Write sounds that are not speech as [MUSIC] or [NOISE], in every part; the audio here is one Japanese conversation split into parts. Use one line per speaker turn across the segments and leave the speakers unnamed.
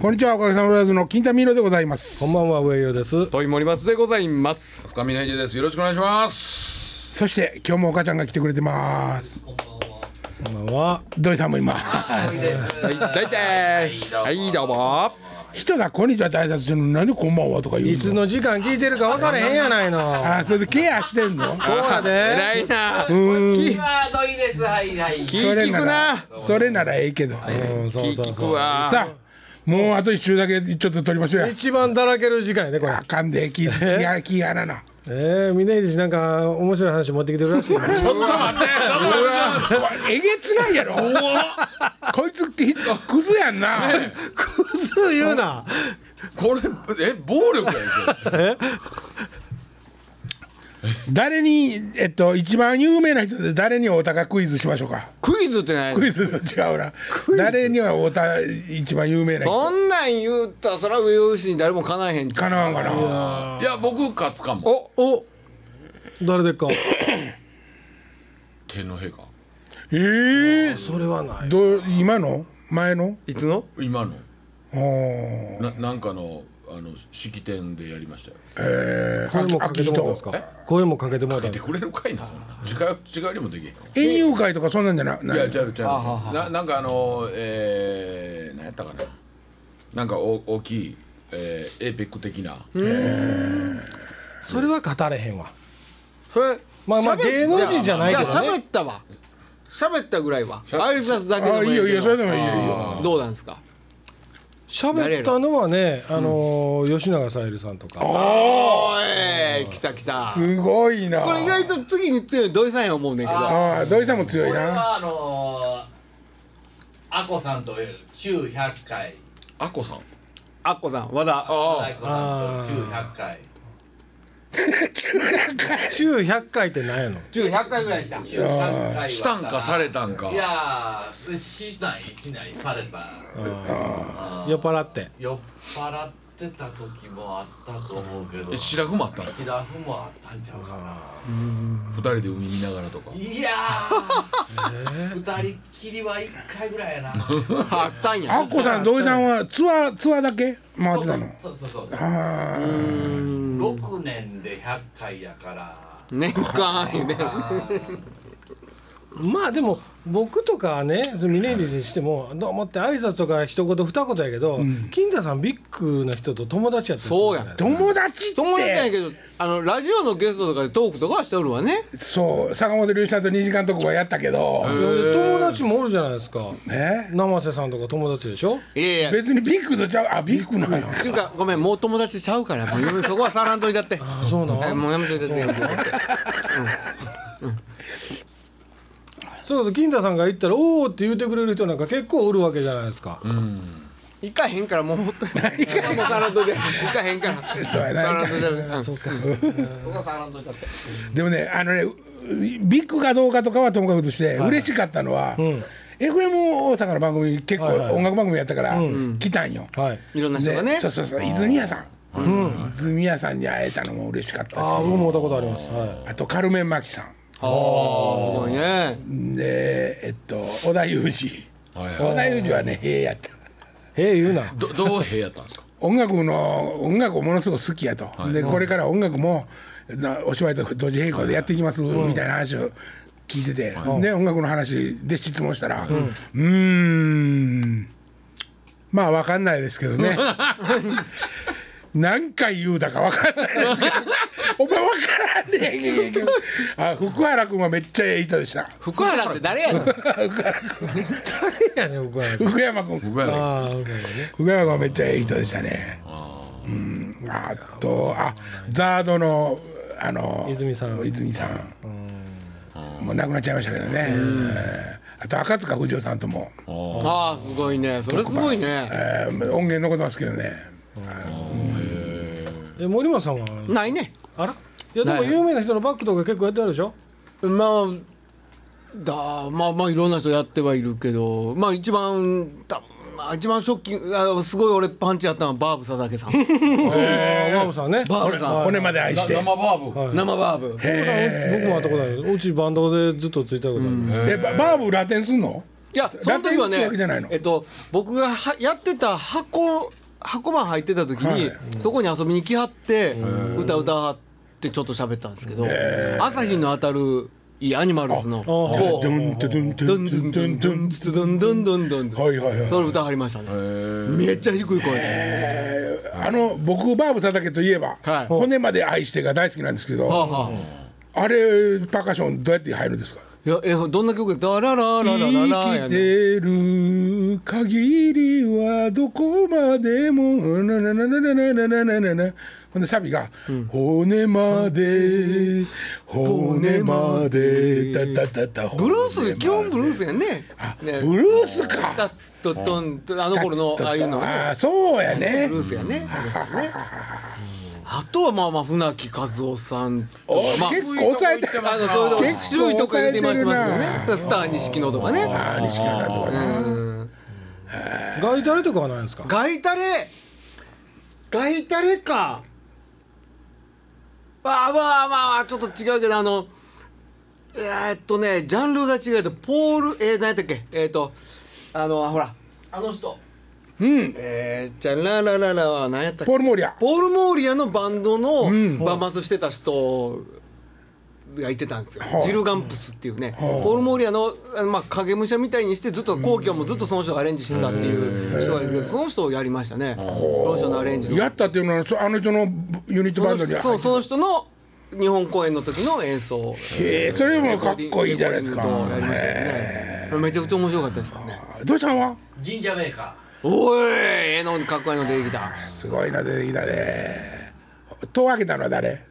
こんにちはおかげさまでの金田美ロでございます
こんばんは上与です。
問い森松でございます。
[LAUGHS] つかみないでです。よろしくお願いします。
そして今日もお母ちゃんが来てくれてます
こんばんは。
土井さんも今
はい、大体。はい、どうも。
[LAUGHS] 人がこんにちはって挨拶するのになんでこんばんはとか言うの
いつの時間聞いてるか分からへんやないの。
あそれでケアしてんの
そうやで。
偉いな。き
はどいです。はいはい。
気
それ
聞
な
くな
ら。それならええけど
うん、そう
気
そう
聞く
そう。
わ。
さあもうあと一周だけちょっと取りましょうや
一番だらける時間やねこれ。
あかんで気気が気がな [LAUGHS] な
ええー、峰岸なんか面白い話持ってきてる [LAUGHS] らしいよ。
これえげつないやろこいつってクズやんな
クズ言うな。
これえ暴力やでし
誰にえっと一番有名な人で誰に太田かクイズしましょうか
クイズってない
ク。イズと違うな誰には太田一番有名な人
そんなん言うたら、そら上牛に誰もかなへん。
かなわんかな
ょ。いや僕勝つかも。
お、
お、誰でっか。
天皇陛下。
ええ
それはない。
どう今の前の
いつの。
今の
おー
ななんかのあの式典でやりましたよ。
声もかけてもらったんですか。声もかけてもらったん
で
ですか。
くれるかいなそんな。時間時間よりもできへん。
園遊会とかそんなんじゃない
や
な
違う違う違うななんかあのえー、何やったかななんかお大きい、えー、エーペック的な
それは語れへんわ。
それ。
まあまあ
喋っ
芸能人じゃないけどね
じゃあ喋ったわ。喋ったぐらいは。挨拶だけで
あ
も
いい
ええけど。
よいいよそれでもいいよいいよ
どうなんですか。
喋ったのはね、あのー吉永小百合さんとか。
おーい、来た来た。
すごいな
これ意外と次に強い土井さんや思うねんけど。
ああ土井さんも強い
俺
な
はあのーあこさんと900回、
あこさん
あっこさん、和田。
あ
あこさんと900回、
週100回ってなんやの。
十百回ぐらいした。
900回は
したんかされたんか
いやーしないしないされた。
酔っ払って。
酔っ払ってた時もあったと思うけど、
え
シ
白くもあったんですか
ラフもあったんちゃうか
二人で海見ながらとか
な。いやー、二人っきりは一回ぐら
[LAUGHS]
いやな。
あったんや。
あっこさん土井さんはツアーツアーだけ回ってたの
そうそうそう。
あ
六年で百回やから。
[LAUGHS] 年間やね。
まあでも僕とかねその峰岸にしてもどうもって挨拶とか一言二言やけど、金田さんビッグな人と友達やったりするじゃない
そうや
ですか
友達っ
友達なんや
て
けどあのラジオのゲストとかでトークとかはしておるわね
そう坂本龍一さんと2時間特番やったけど
友達もおるじゃないですか
ね
生瀬さんとか友達でしょ
いやいや
別にビッグとちゃうあビッグなんや
っていうかごめんもう友達ちゃうからもうそこはさらんといたって
そうな
はい
の
もうやめといたってやめといたって
そうそう金田さんが行ったら「おお」って言うてくれる人なんか結構おるわけじゃないですか、
行かへんからもうほんとにそこもさらんといて行かへんから
そうやな
さらんといたってうん
そうか
そこはさらんといたって
でもねあのねビッグかどうかとかはともかくとして、嬉しかったのは、FM 大阪の番組結構、
はいはい
音楽番組やったから、来たんよ、
はい
いろんな人がね
でそうそうそう泉谷さん、泉谷さんに会えたのも嬉しかったし
ああ僕も会ったことあります、は
あとカルメン・マキさん
あーすごいね
でえっと織田裕二
はいはい
織田裕二はねええやった
い、へえ言うな
どどう部屋やったんですか
音楽の音楽をものすごく好きやと、でこれから音楽もなお芝居と同時並行でやっていきますみたいな話を聞いてて、で音楽の話で質問したら「うーんまあ分かんないですけど [LAUGHS] ね何回言うだか分かんないですけどお前分からんねえけどあ福原君はめっちゃええ人でした
福原って誰やねん
いやね僕は
福山君
僕やね
ああ僕はね
福山君はめっちゃええ人でしたねうんあとあザードのあの
泉さん
泉さんもう亡くなっちゃいましたけどねえーあと赤塚不二夫さんとも、
ああすごいねそれすごいね
えー音源残ってますけどね
え森本さんは
ないね
あらいやでも有名な人のバックとか結構やってあるでしょ
まあだまあまあいろんな人やってはいるけどまあ一番だまあ一番ショッキングあすごい俺パンチやったのはバーブ佐
[LAUGHS]
竹さん
えー、バーブさんね
バーブ
骨
さ
骨まで愛して
生バーブ
ん生バーブ
僕も会ったことないけどうちバンドでずっとついたことある
でババーブラテンすんの
いやその時
ラテン
は
って
ね
わけじゃないの
えっと僕がはやってた箱箱番入ってた時に、
はい
そこに遊びに来はって歌歌はってちょっと喋ったんですけど、朝日の当たるいいアニマルズの
ああ
こう
ドンドンド
ド
ン
ン
ド
ド
ン
ン
ド
ド
ン
ン
ド
ド
ン
ンドンドンドンドンドン
はいはいはい
それ歌はりましたねめっちゃ低い声で
あの僕バーブ佐竹といえば
は
「
い
骨まで愛して」が大好きなんですけ
はあ
ど
はあ
あれパーカッションどうやって入るんですか
いやえどんな曲やダララララララ
生
や
き
ね
てる限りはどこまでもなななななななななななほんでサビが「骨まで骨まで」だだだだ
ブルース基本ブルースやんね
あ
ね
ブルースか
タツトトントあの頃のああいうのはね
あーそうやね
ブルースやね。あとはまあまあ船木和夫さんとか
お、
まあ、
結構抑えて
あのそういうの
結構
周囲とか入れてますけど
抑
ね
えてる。
スター錦野とかね。
ああ西川とかね
外タレとかはないんですか
ガイタレ、ガイタレか。あーまあまあまあちょっと違うけどあのえーっとねジャンルが違うとポールえー、何やったっけえーっとあのほら
あの人
うん
えー、じゃララララは何やったっけ
ポール・モーリア
ポール・モーリアのバンドの
ん
バマスしてた人がいてたんですよ、
はあ
ジル・ガンプスっていうね、ポール・モーリアの、あのまあ、影武者みたいにしてずっと後期はもうずっとその人がアレンジしてたっていう人がいるけどその人をやりましたねその人のアレンジの
やったっていうのはそあの人のユニット
そ
バ
の
ンドに
人
は
そうその人の日本公演の時の演奏
へえそれもかっこいいじゃないですか
レコーディングとやりましたよねめちゃくちゃ面白かったですからね
どうしたんは
神社メーカ
おいええのかっこいいの出てきた
すごいの出てきたね戸を開けたのは誰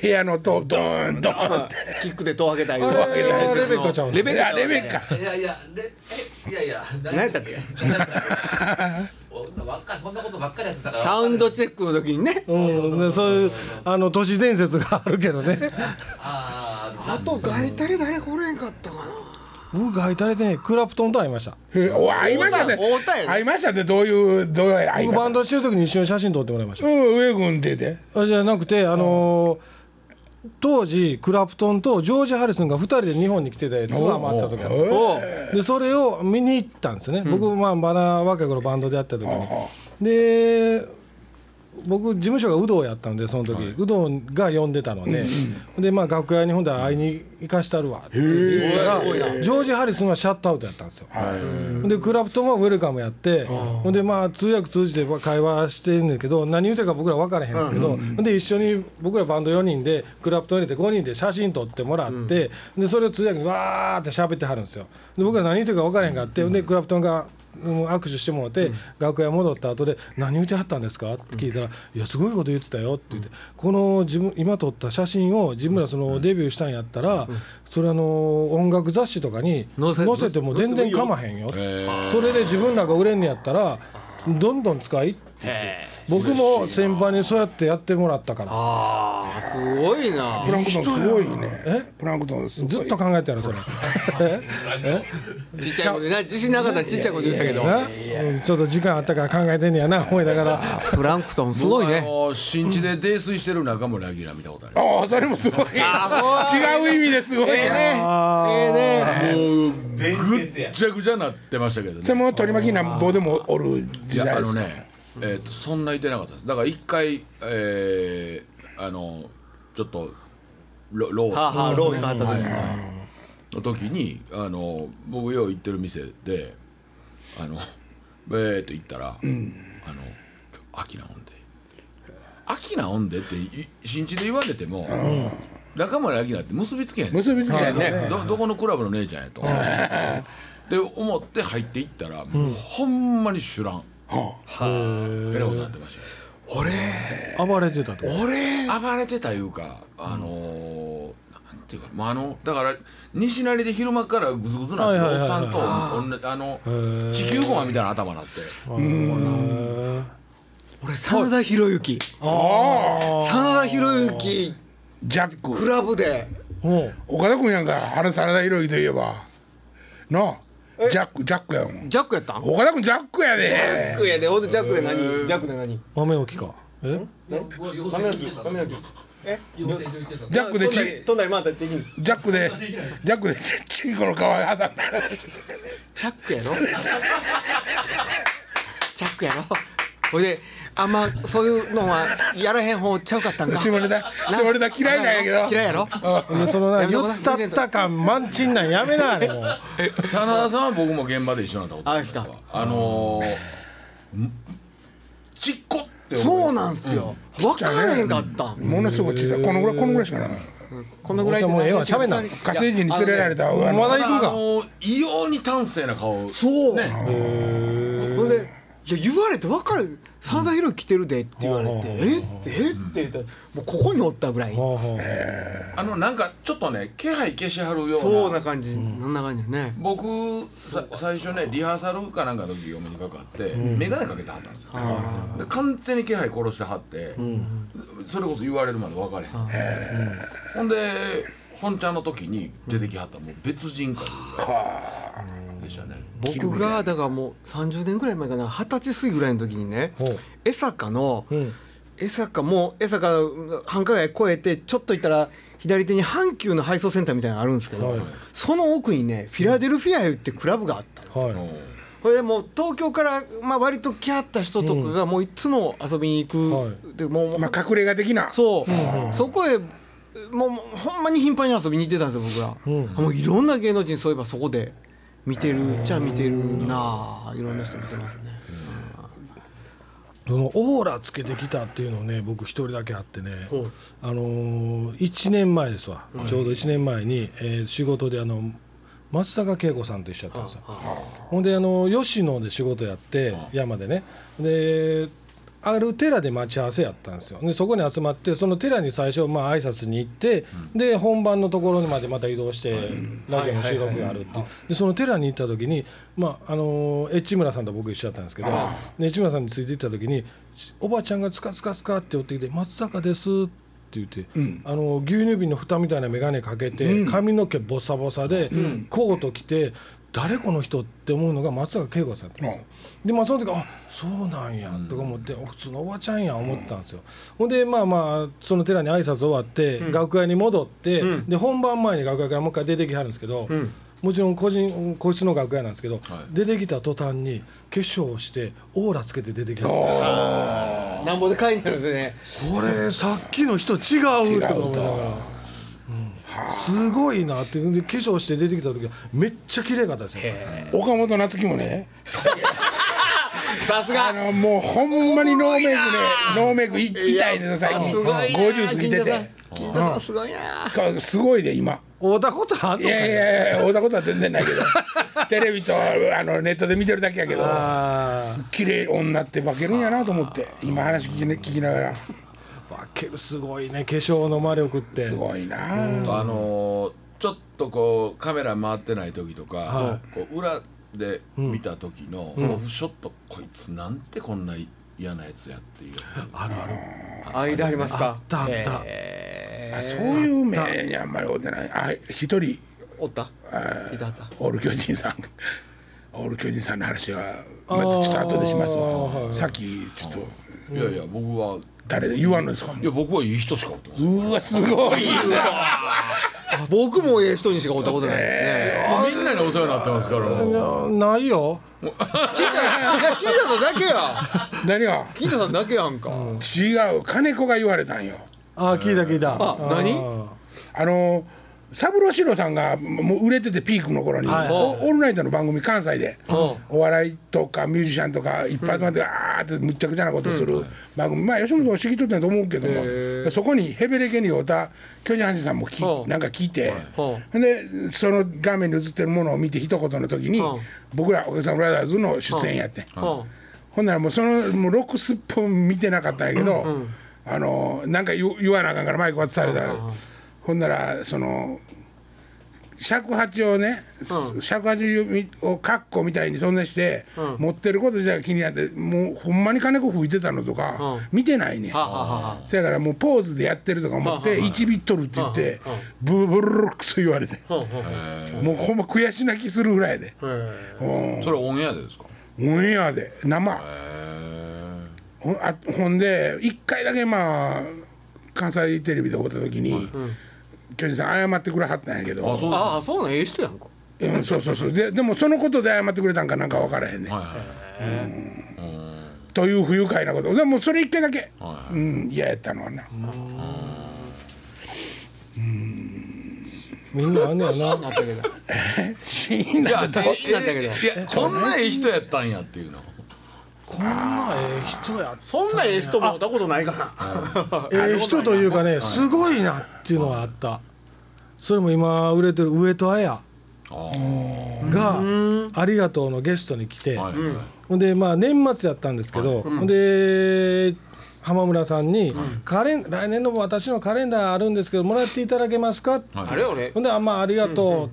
部屋の戸をドーンドーンって
キックで戸を開けたいう
戸を開けたやつ
レベッカちゃうん
レベ
い
ッ
や
カ
レベッカ
ーいやいやでえいやいや何
何やったっけ
そんなばっかそんなことばっかりやってたから
サウンドチェックの時にね
うんでそういうあの都市伝説があるけどね
あー
あとガイタレ誰来れんかったか
僕外タレでねクラプトンと会いました
へえお会いましたね
会うたんやね
会いましたねどういうどういう会い
僕バン
方
ドしてる時に一緒に写真撮ってもらいまし
うん上君出て
たあじゃなくてあのー当時クラプトンとジョージ・ハリスンが2人で日本に来ててツアー回った時
え
だった
ー
でそれを見に行ったんですよね、僕まあまだ若い頃バンドでやった時に
あ
で僕事務所が有働やったんでその時、有働が呼んでたので、でまあ楽屋にほんだら会いに行かしたるわって言ったらジョージ・ハリスンはシャットアウトやったんですよ、でクラプトンはウェルカムやってほんでまあ通訳通じて会話してるんだけど何言うてるか僕ら分からへんんですけど、ほんで一緒に僕らバンド4人でクラプトン入れて5人で写真撮ってもらって、でそれを通訳にわーって喋ってはるんですよで僕ら何言うてるか分からへんかって、ほんでクラプトンがうん握手してもらって、楽屋戻った後で「何言ってはったんですか?」って聞いたら「いやすごいこと言ってたよ」って言って、この自分今撮った写真を自分らそのデビューしたんやったら、それあの音楽雑誌とかに載
載せ
せても全然構わへんよ、それで自分らが売れんねやったらどんどん使いって言って僕も先輩にそうやってやってもらったから
なすごいな
プランクトンすごいねプランクトンすごい
ずっと考えてやるそれ。
ちっちゃいことでな自信なかったらちっちゃいこと言ったけど
なうんちょっと時間あったから考えてんねやな [LAUGHS] 思いながら
プランクトンすごい
あ
ね
の新地で泥酔してる中村明見たことある
ああそれもすごい
あそう
違う意味ですごい
ええねええね
もう
伝説や
ぐっちゃぐちゃなってましたけど
それ
ね
も取り巻きなんぼでもおる
い
時
やあ
代で
の
すか
ねえっとそんないてなかったですだから一回えーあのちょっとロロ
はあ
ー
はあローンがあった時
の時にあの僕よう行ってる店であのベーっと行ったら「あの秋なおんで」「秋なおんで」ってい新地で言われても中村明って結びつけへん
結びつけないね
どどこのクラブの姉ちゃんやと。で思って入っていったら、もうほんまに知らん。えらいことになってました
暴れてたと
よ。暴れてたいうか、あのーなんていうか、まああのだから西成で昼間からグズグズなってる
はいはい
お
は
っ
いは
さ
い
んと同じあの地球ゴマみたいな頭になって。
俺真田広之真田広之
ジャック
クラブで
もう
岡田君やんか原真田広之といえばなあジャックジャックやもん
ジャックやったんジ
岡田君ジャックや
ャ
で
ックやでほんでジャックで何ジャックで何
豆置きかえ
もうよう
豆焼き豆焼き
え
養成所行ってた
ジャックで
飛んだり
チ
飛んだり回ったりできん
ジャックでジャックでチチンコの皮挟んだ
チャックやろチャックやろほいであんまそういうのはやらへん方ちゃうかったんか
下ネタ下ネタ嫌いなんやけど
嫌いやろ
でそのな
やめ
言
とこな
ったった感満ちんなんやめなあれもう
真田さんは僕も現場で一緒になったことあります
あ
わ
そうで
あのーんちっこって思
そうなんすよ分からへんかったん
ものすごく小さいこのぐらいこのぐらいしかない
このぐらいで
もうええわ喋んな
何センチ
火星人に連れられたあの
まだ行くん
あ
か
のー異様に端正な顔
そう
ね
ほんで「いや言われて分かる真田広之来てるで」って言われて「えっ?」て「えっ?」て言ったらもうここにおったぐらい
ほうほう
あのなんかちょっとね気配消しはるよ
そう
う
な
な
感じ
そんな感じやね
僕さ最初ねリハーサルかなんかの時嫁にかかって、眼鏡かけてはったんですよで完全に気配殺してはって、それこそ言われるまで分かれへん、ほんで本ちゃんの時に出てきはったもう別人かいうぐらいでしたね
僕がだからもう30年ぐらい前かな二十歳過ぎぐらいの時にね
ほう
江坂の
うん
江坂もう江坂繁華街越えてちょっと行ったら左手に阪急の配送センターみたいなのあるんですけど、
はい
その奥にねフィラデルフィアってクラブがあったの
はい
これでもう東京から、まあ、割と来はった人とかがもういつも遊びに行く、
は
でもう、
まあ隠れ家的な
そう、そこへもうもうほんまに頻繁に遊びに行ってたんですよ僕ら、
うん
もういろんな芸能人そういえばそこで見てるっちゃ見てるなあいろんな人見てますね
そのオーラつけてきたっていうのをね僕一人だけあってね、
ほ
あのー、1年前ですわ、ちょうど1年前に、えー仕事であの松坂慶子さんと一緒だったんですよ、ほんであの吉野で仕事やって、山でねである寺で待ち合わせやったんですよでそこに集まってその寺に最初まあ挨拶に行って、で本番のところまでまた移動して、ラジオの収録があるっていうでその寺に行った時にまああのーエッチ村さんと僕一緒だったんですけどでエッチ村さんについて行った時におばちゃんが「つかつかつか」って寄ってきて「松坂です」って言って、あの牛乳瓶の蓋みたいな眼鏡かけて、髪の毛ボサボサで、コート着て誰この人って思うのが松坂慶子さんだったんですよ、でまあその時あそうなんやとか思って、お普通のおばちゃんや思ったんですよ、ほんでまあまあその寺に挨拶終わって、楽屋に戻って、で本番前に楽屋からもう一回出てきはるんですけど、もちろん個人個室の楽屋なんですけど、出てきた途端に化粧をしてオーラつけて出てきた
なんぼで買いになるんでね
これさっきの人違うとか思いながら、うん、すごいなってで化粧して出てきた時はめっちゃ綺麗かったですよ
岡本夏樹もね
さす
あ
が
のもうほんまにノーメイクでノーメイクい痛いねん最近
すごいな
50過ぎてて
金田さんすごいな
かすごいで今
会うたことあん
い
のか
やいやいや会うたことは全然ないけどテレビとあのネットで見てるだけやけど
あ
綺麗女って化けるんやなと思って今話聞き,、聞きながら
ーバケルすごいね化粧の魔力って
すごいな
あのーちょっとこうカメラ回ってない時とか、こう裏で見た時の、オフショットこいつなんてこんな嫌なやつやっていうやつ
あるある
間あります
あ
か
ったあった、
あそういう目にあんまり合うてないあ一人
おった
あ
いたあった
オール巨人さんオール巨人さんの話はま
あ
た
ー
ちょっと後でしますわ、
はい
さっきちょっと
いやいや僕は
誰で言わんのですか
いや僕はいい人しかおってます
うわすごい
僕もええ人にしかおったことないですね
みんなにお世話になってますからもう
なないよ
金田いや金田さんだけや
何が
金田さんだけやんか
違う金子が言われたんよ
あー聞いた聞いた
あ何
ー
あの三郎四郎さんがもう売れててピークの頃に「
はい
おオールナイト」の番組関西で、
ん
お笑いとかミュージシャンとかいっぱい集まってあーってむっちゃくちゃなことする番組、まあ吉本を知りとったんやと思うけどもそこにヘベレケに会うた巨人阪神さんもき
うん
なんか聞いて
ほ
でその画面に映ってるものを見て一言の時に
うん
僕ら「お客さんブラザーズ」の出演やって。
うん
ほんならもうそのもうロックスっぽ見てなかったんやけど、あのなんか言う言わなあかんからマイク渡されたら、ほんならその尺八をね、尺八をカッコみたいにそんなして、持ってること自体が気になってもうほんまに金子吹いてたのとか、見てないねん
はあはあはあ
そやからもうポーズでやってるとか思って1ビットルって言ってブブルルルクソ言われてもうほんま悔し泣きするぐらいやでうん
それオンエアでですか
オンエアで生。
へえ
ほんあほんで一回だけまあ関西テレビで会った時に巨人さん謝ってくれはったんやけど
あそうです
ああそうなんええ人やんか
うん、そうそうそうででもそのことで謝ってくれたんかなんか分からへんね、
はいはい
という不愉快なことでもそれ一回だけ、
は
うん嫌やったのはな、
みんなあんねやな
なったけど
シーン
い
な
や
んて
大
になったけど
いやこんなええ人やったんやっていうの
こんなええ人や
そんなええ人も会ったことないから
ええ人というかねすごいなっていうのはあったそれも今売れてる上戸彩
あー
が「ありがとう」のゲストに来て、
はいはい
ほんでまあ年末やったんですけど、ほんで浜村さんに、カレン「来年の私のカレンダーあるんですけどもらっていただけますか?」
はい
あれ俺
ほんで「あまあありがと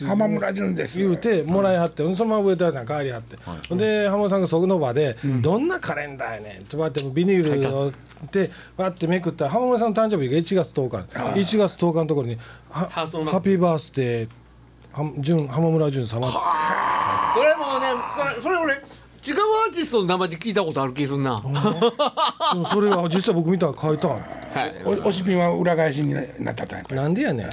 う」
浜村淳です
言うてもらいはって、ほんでそのまま上田さん帰りはって、ほんで浜田さんがそこの場で、どんなカレンダーやねん」ってバってビニールをでわってめくったら浜村さんの誕生日が1月10日1月10日のところに「はハ
ハートのマーク
ッピーバースデーはん浜村淳様」
これもうねそれそれ俺違うアーティストの名前で聞いたことある気すんな
でもそれは実際僕見たら書いたん
おおしぴんは裏返しになったタイプ
なんでやねん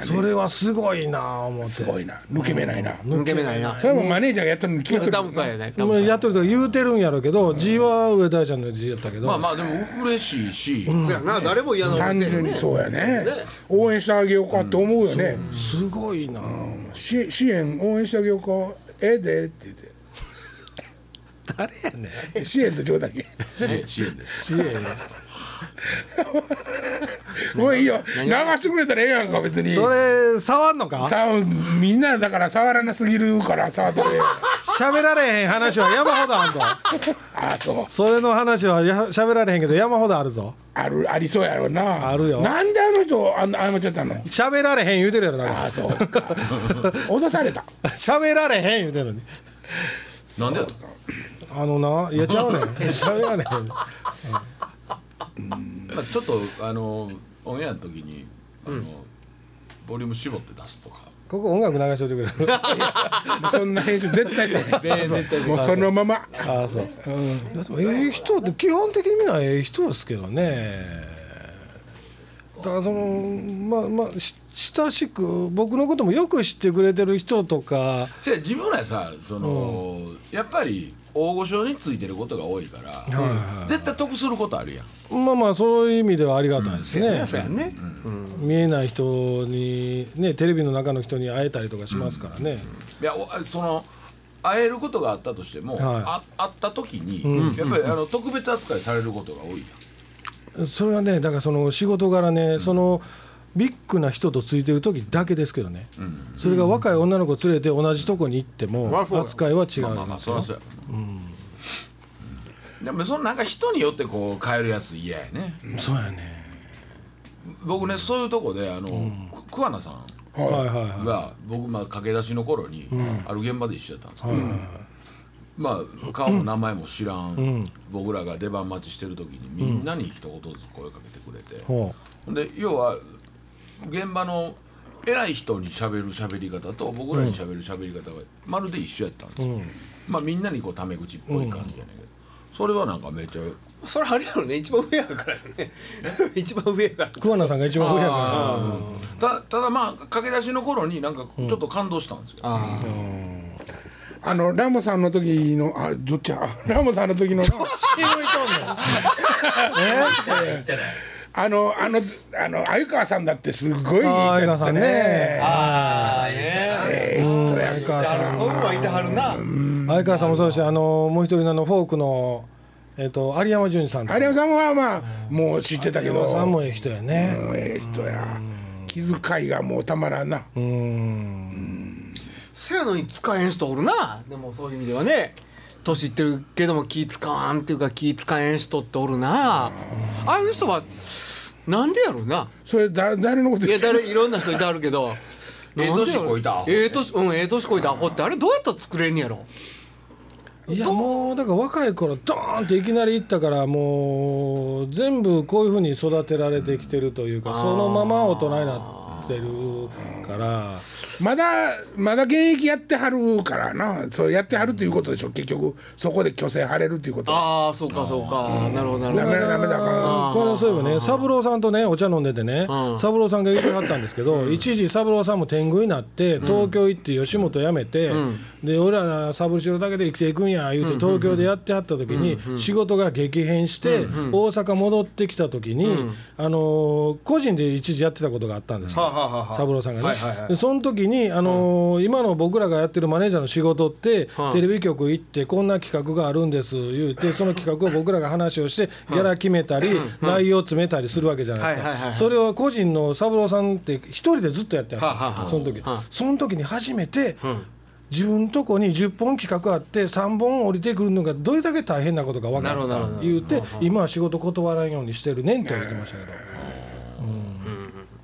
それはすごいなあ思って
すごいな抜け目ないな、
抜け目ないな
それはもうマネージャーがやったのに決まって
ダム
る
さんやねダ
も
ム
う
さん
やってるとか言うてるんやろうけど字は上田ちゃんの字やったけど、
まあまあでも嬉しいし
そうやな誰も嫌な
単純にそうやね応援してあげようかって思うよね、
すごいなあ
し支援応援してあげようかええでって言っ
[LAUGHS] 誰やねん
て支援と冗談
[LAUGHS]
だけ
支援支援です
知恵や
もういいよ流してくれたらええやんか別に
それ触んのか
さみんなだから触らなすぎるから触ってくれよ [LAUGHS]
喋られへん話は山ほどあるぞ
あそう
それの話はや喋られへんけど山ほどあるぞ
あるありそうやろうな
あるよ
なんであの人あん謝っちゃったの
喋られへん言うてるやろだか
あ
ら
あ
[LAUGHS]
そうか脅された
喋られへん言うてるのに
なんでやと
あのないやちゃうねん喋られへん
まあちょっとあのオンエアの時にあのボリューム絞って出すとか
ここ音楽流しといてくれる
そんな編集絶対し
[LAUGHS]
ないもうそのまま
ああそう、いやでもええ人って基本的にみんなええ人ですけどねだからそのまあまあし親しく僕のこともよく知ってくれてる人とか
じゃ自分らさそのやっぱり大御所についてることが多いから絶対得することあるやん
まあまあそういう意味ではありがたいですね、
そうやね
見えない人にねテレビの中の人に会えたりとかしますからね、
いやおあその会えることがあったとしても、
はい
あ会った時に、やっぱりあの特別扱いされることが多いや、
それはねだからその仕事柄ね、そのビッグな人とついてる時だけですけどね、それが若い女の子連れて同じとこに行っても
うん
扱いは違うん
まあまあまあそりゃそうや、うんでもそのなんか人によってこう変えるやつ嫌やね
そうやね
僕ねそういうとこであの、く桑名さん
はいはいはい
が僕まあ駆け出しの頃に、ある現場で一緒やったんですけど、まあ顔も名前も知らん、僕らが出番待ちしてる時にみんなに一言ずつ声かけてくれて、
ほ
で要は現場の偉い人にしゃべる喋り方と僕らにしゃべる喋り方がまるで一緒やったんですよ、まあみんなにこうタメ口っぽい感じやねんけど、それはなんかめっちゃ
それあれやろね一番上やからね [LAUGHS] 一番上やから
う桑名さんが一番上やか
たただまあ駆け出しの頃になんかちょっと感動したんですよ、
あのラモさんの時のあどっちやラモさんの時のな
ら白いとんねん
あのあのあの鮎川さんだってすごい
ああ
人や
相川
っ
さ
た
んね
あね
ええ人や
相川さん
僕はいてはるな
相川さんもそうだしあのもう一人のあのフォークのえっ、と有山淳さんとか
有山さんはまあもう知ってたけ
有
ど
山さんもええ人やね
もうええ人や気遣いがもうたまらんな
うん
せやのに使えん人おるなでもそういう意味ではね年いってるけども気使わんっていうか気使えん人っておるなああいう人はなんでやろうな
それだ誰のこと
い
言
や
ってる
誰いろんな人いてある
[LAUGHS]
けど
ええ
なんでやろ
年こいたアホ
ええ年うんええ年こいたアホってあれどうやったら作れんねやろ
いやもうだから若い頃ドーンっていきなり行ったからもう全部こういうふうに育てられてきてるというかそのまま大人になってるから
まだまだ現役やってはるからなそうやってはるということでしょ結局そこで虚勢張れるということは
ああそうかそうかなるほどなる
ダ
ほ
メ
ど
だダメだあかん
この間そういえばね三郎さんとねお茶飲んでてね
うん
三郎さんが言ってはったんですけど一時三郎さんも天狗になって東京行って吉本辞めてで俺ら三郎城だけで生きていくんや言うて東京でやってはった時に仕事が激変して大阪戻ってきた時にあのー個人で一時やってたことがあったんですよ
はあはあはあ
三郎さんが
は
ね
いはいはい
でその時にあのー今の僕らがやってるマネージャーの仕事って
はい
テレビ局行ってこんな企画があるんです言うてその企画を僕らが話をしてギャラ決めたり内容詰めたりするわけじゃないです
はいはいはい
か
はい
それを個人の三郎さんって一人でずっとやって
はあは
たん
あ
ですよその時
はあ
その時に初めて自分とこに10本企画あって3本降りてくるのがどれだけ大変なことか分か
なるほ
っ
どなるほ
た
ど
言うて今は仕事断らんようにしてるねんと言ってましたけど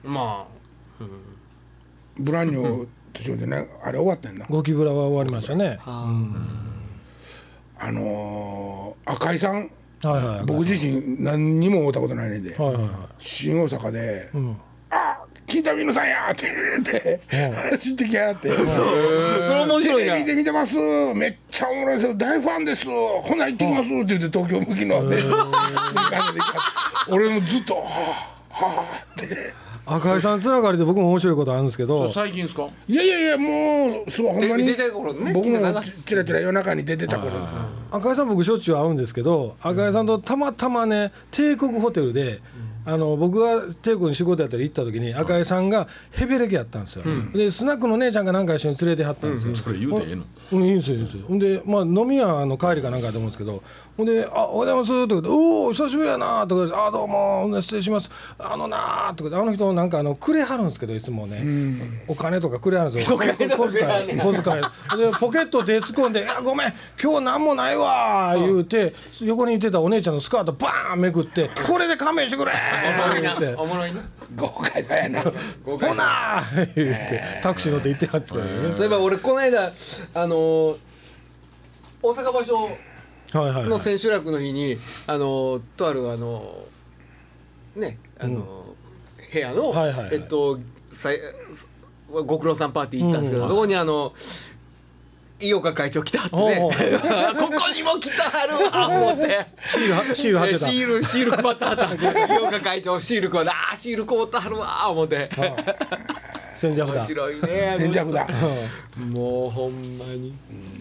ま
ブランニョ途中でねあれ終わってんだ
ゴキブラは終わりましたね
ああ
あのー赤井さん
はいはい
僕自身何にも会ったことないねんで
はいはいはい
新大阪で
ん
「あ金田美濃さんや!」って言って走ってきやがって。
それ面白い
テ
な
レビで見てますめっちゃおもろいですよ大ファンですほな行ってきますって言って東京向きのでそういう感じで行った俺もずっとはあはあって
赤井さんつながりで僕も面白いことあるんですけど
最近ですか
いやいやいやもうすごいほんまに
テレビ出てた頃ね
僕
金田さん
も
が
ちらちら夜中に出てた頃です
赤井さん僕しょっちゅう会うんですけど赤井さんとたまたまね帝国ホテルで。あの僕が帝国に仕事やったり行った時に赤井さんがヘベレケやったんですよ、でスナックの姉ちゃんがなんか一緒に連れてはったんですよ、
それ言うてええの
うん、いいんですよ、いいんですよ。ほんで、まあ、飲み屋の帰りかなんかやと思うんですけど、ほんで、あ、おはようございますとか言って、おお、久しぶりやなとか言って、あ、どうも、ほんで失礼します。あのなとか言って、あの人、なんか、あの、くれはるんですけど、いつもね、お金とかくれはるんですよ。お金とか小遣い、小遣い。ほんで、ポケット手突っ込んで、いや、ごめん、今日なんもないわ言うて、横にいてたお姉ちゃんのスカート、バーンめくって、これで勘弁してくれ言 [LAUGHS] って、
おもろいな
豪快だやな
ほなー言って、タクシー乗って行ってはって、
そういえば俺この間あのー大阪場所
はいはい、は
の
い。
千秋楽の日にあのとあるあのねあの、部屋の、
はいはいはい
えっとさいご苦労さんパーティー行ったんですけど、そこにあの井岡会長来たってね
おうおう
[LAUGHS] ここにも来たはるわ思って
シールは、シール貼っ
で
てた
シ。ールシール配ったはったんで井岡会長シール配ったあーシール配ったはるわ思って
千尺
面
だ
白いね
戦略だ
もうほんまに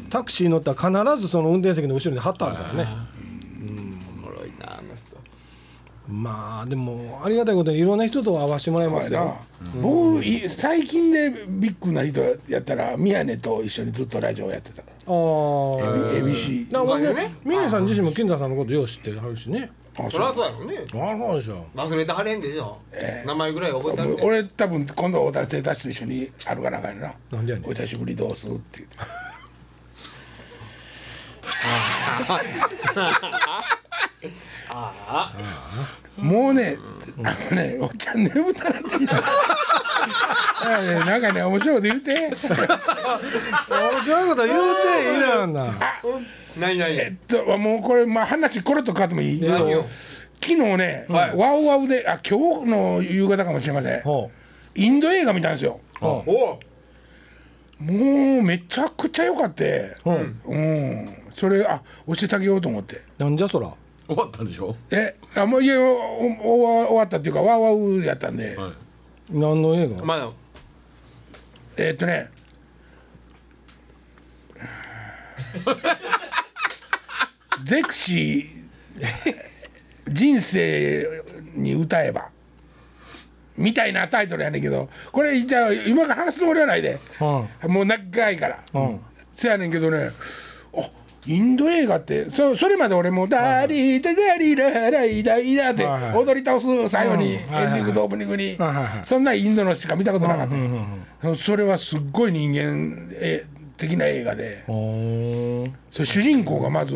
タクシー乗ったら必ずその運転席の後ろに貼ってあるからね
おもろいなあの人
まあでもありがたいことにいろんな人と会わせてもらい
ま
ま
あ
す
な
よ
僕い最近でビッグな人やったら宮根と一緒にずっとラジオやってた
あー
ABC
なまあ
おかげ
ね
ね
ミネさん自身も金田さんのことよう知ってるはるしね
あ
そ
そう
りゃそうやろね
あそうでしょ
忘れてはれんでしょ、名前ぐらい覚えてはるで
俺多分今度おたら手出して一緒に歩かなあかんよな
なんでやねん
お久しぶりどうすって言ってもうね、あのね、おっちゃん眠たなってきた。だからねなんかね、面白いこと言うて。
面白いこと言うていいだんな
ないない
えっと、もうこれ、まあ、話コロッと変わってもいい。
何
よ
昨日ね、ワウワウで、あ、今日の夕方かもしれません。
ほ
インド映画見たんですよ。
おう
もうめちゃくちゃ良かって、
ううん
うん、それあ教えてあげようと思って。
なんじゃそら
終わったんでしょ
え、あもういやおお終わったっていうかワウワウやったんで、
はい
何の映画
まだ
えーっとね。ゼクシー人生に歌えばみたいなタイトルやねんけどこれじゃあ今から話すつもりはないで
うん
もう長いから、
うん
せやねんけどねあインド映画ってそそれまで俺も「ダーリーダダリラライダイダ」って
はいはい
踊り倒す最後にエンデ
うんはいはい
ィングとオープニングに
はいはいはい
そんなインドのしか見たことなかった
うんうん
そそれはすっごい人間え的な映画で
うんうん
それ主人公がまず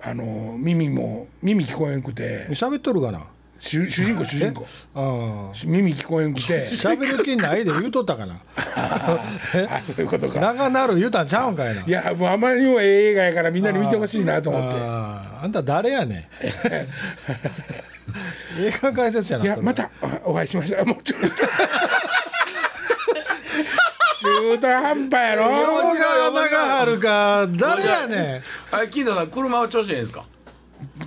あの耳も耳聞こえんくて
喋っとるかな
主主人公主人公
うん
耳聞こえんくて
喋る気ないで言うとった [LAUGHS] かな
あそういうことか
長なる言うたんちゃうんかいない
やもうあまりにもええ映画やからみんなに見てほしいなと思って。
あーあんた誰や [LAUGHS] ねん映画解説者ないん
や
だ
[LAUGHS] またおお会いしましょうもうちょっと中途半端やろ
小川長春か誰やねん
あれ金田さん車は調子ええんですか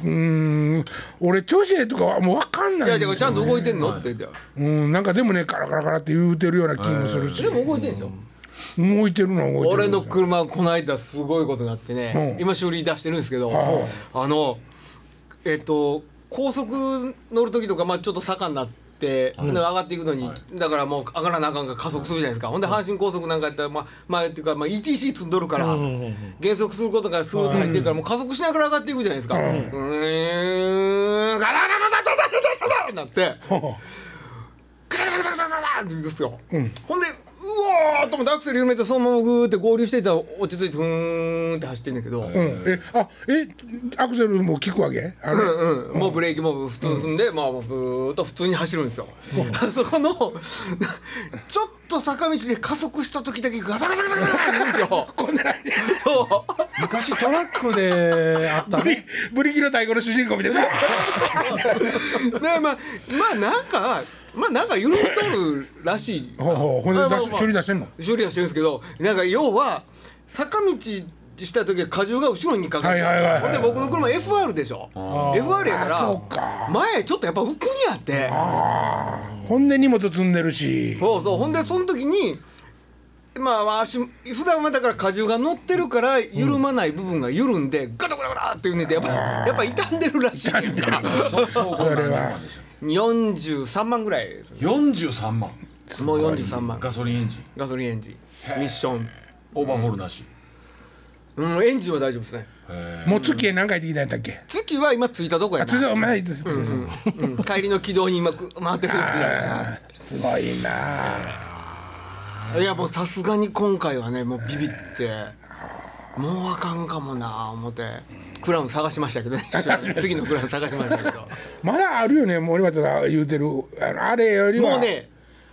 うーん俺調子ええとかはもう分かんないいん
や
で
い
すよ
やちゃんと動いてんのって言って
うんなんかでもねカラカラカラって言うてるような気もするし
でも動いてんですよ
動いてるのは動いてる
俺の車この間すごいことになってね、
うん
今修理出してるんですけど、
はい
あのえっ、と高速乗る時とか、まあ、ちょっと坂になって、なんか上がっていくのに、だからもう上がらなあかんから加速するじゃないですか、ほんで阪神高速なんかやったら、まあ、前っていうか、まあ、ETC 積んどるから、減速することがスーッと入ってるから、もう加速しながら上がっていくじゃないですか、うーんガラガラガラガラガラガラガラなって。ガタガタガタガタガタって言うんですよ、ほんでうおーと思ってアクセル緩めてそのままグーって合流していたら落ち着いてふーんって走ってんだけ
う
ど、
ん、えあえアクセルも効くわけあれ、
うんうん、もうブレーキも普通踏んで、まあブーっと普通に走るんですよ、そこのちょっと坂道で加速した時だけガタガタガタガタって言うんですよ
こんな感じ
そう
昔トラックであった
ブリブリキの太鼓の主人公みたいな
だからまあまあなんかまあなんか緩めとるらしい
ほうほうほんで
まあまあ
出し
まあ
処理出してんの
修理はしてるんですけどなんか要は坂道した時は荷重が後ろにかかって、
はいはいはいはい
ほんで僕の車 FR でしょ FR や
あそう
か
から
前ちょっとやっぱ浮くにあって
ほんで荷物積んでるし
そうそうほんでその時にまあまあ足普段はだから荷重が乗ってるから緩まない部分が緩んでガタガタガタっていうねんでやっぱやっぱ傷んでるらしい
そそうこ
それは
43万ぐらいです
43万
もう43万
ガソリンエンジン
ガソリンエンジンミッション
オーバーホールなし
うんエンジンは大丈夫ですね
もう月へ何回できたんやったっけ
月は今着いたとこや
あ
な
ついお前つ
うん帰りの軌道に今く回ってるみたいな
すごいない
やもうさすがに今回はねもうビビってもうあかんかもな思ってクラウン探しましたけ
[LAUGHS]
どね一緒に次のクラウン探しましたけど
まだあるよね森松が言うてるあのあれよりは
もうね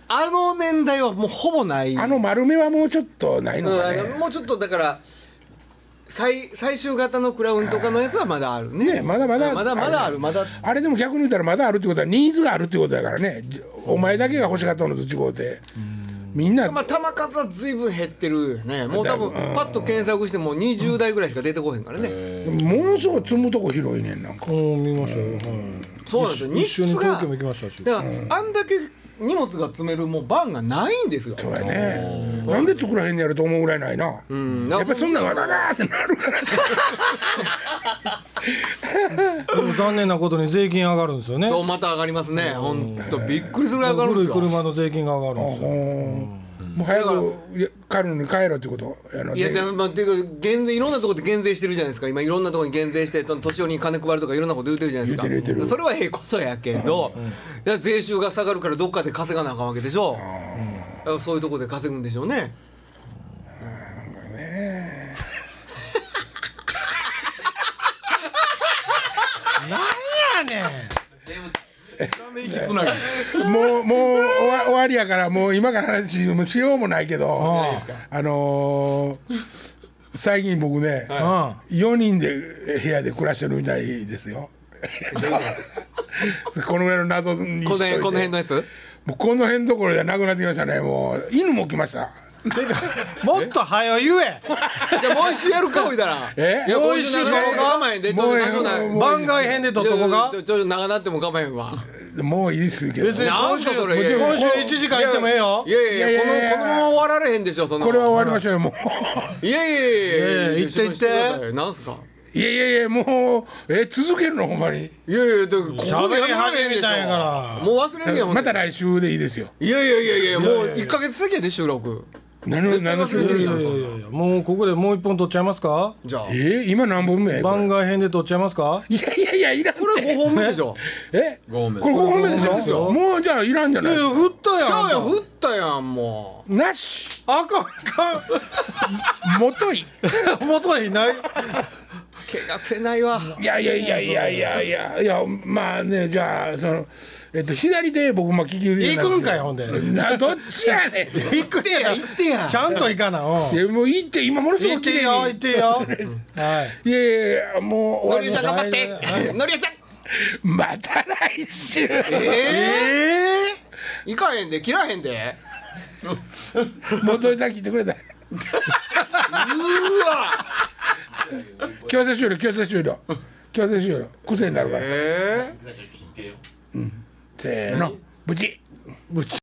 あの年代はもうほぼない
あの丸めはもうちょっとないの
うん
か
あ
ね、
のもうちょっとだから最最終型のクラウンとかのやつはまだあるね
ねまだまだ
まだまだあるまだ
あれでも逆に言ったらまだあるってことはニーズがあるってことだからねじお前だけが欲しかったのと違うてみんな
まあ、球数はずいぶん減ってるよねもう多分パッと検索しても20代ぐらいしか出てこへんからね、
ものすごい積むとこ広いねんなんか
[LAUGHS] うん見ましたよ、はい
そうなんですよ
一緒に
荷室が
東京も行きましたし
だから、あんだけ荷物が積めるもうバンがないんですよ
そうやねなんで作らへんのやろと思うぐらいないな、
ん
やっぱりそんなんわががーってなるから
でも残念なことに税金上がるんですよね
そうまた上がりますねほんとびっくりするぐらい上がるんで
古い
すよ
車の税金が上がるんですよ
もう早くや帰るのに帰ろうってことやの
いやで
で
もまあていうか減税いろんなところで減税してるじゃないですか今いろんなところに減税して年寄りに金配るとかいろんなこと言うてるじゃないですか
言うてる言うてる
それはええことやけど、いや税収が下がるからどっかで稼がなあかんわけでしょ、だからそういうところで稼ぐんでしょうね、
息つながり
もうもう終わ終わりやからもう今から話もしようもないけどあのー最近僕ね、
うん
4人で部屋で暮らしてるみたいですよ。 [LAUGHS] このぐらいの謎にし
ことの
いて
辺この辺のやつ
もうこの辺どころじゃなくなってきましたねもう犬も来ました
もっと早言 [LAUGHS] え
じゃあもう一周やるかほいだら
え
いや
も
も
う
う
一
一
周ど
周
うか
長前でちょっ
も
と
う
長な
もう
番外編で撮っとこか
ちょちょ長なっても構えんわ
もういいですけど
別に今週
なんかそれ
今週1時間行ってもええよ
いやいやいや
いやいやいや
このこのまま終わられへんでしょその
これは終わりましょうよも
いやいやいやい
い
や
やいや行って行って
なんすか
ういやいやいやもうえ続けるのほんまに
いやいやだからここでやめられへんで
喋り始め
し
たんやから
ょもう忘れるやんほんで
また来週でいいですよ
いやいやいやいやもう一ヶ月過ぎやで収録
何の何の
絶対忘れてる
い
や
や
ん
いやいやいやもうここでもう一本撮っちゃいますか
じゃあ
えー今何本目これ
番外編で撮っちゃいますか
いやいやいやいらんて
これ5本目でしょ
え
ごめん
これ5本目で
これ五本目で
し
す
ょ
よ
もうじゃあいらんじゃ
い
ない
や
ですか
振ったやん
じゃあや
あ
降ったやんも
なし
かんあ
もとい
かん元にないう
気がせないわ
いやいやいやいやいやいやいやまあねじゃあそのえっと左手僕まあ利き腕なんです
行
けど
くんかいほんで
などっちやねん
行ってや行ってや
ちゃんと行かなう
い
ん
やもういいって今ものす
行
ご
っ
く綺
て
麗
よ行っ
に
てよはい
いやいやいやもう
の
終わり
りおちゃん頑張っ
は
てのりおちゃん
また来週
ええ行かへんで切らへんで
元ネタ聞いてくれた。強制終了強制終了強制終了癖になるから。
なんか聞いてよ。
せーのブチッ。
ぶち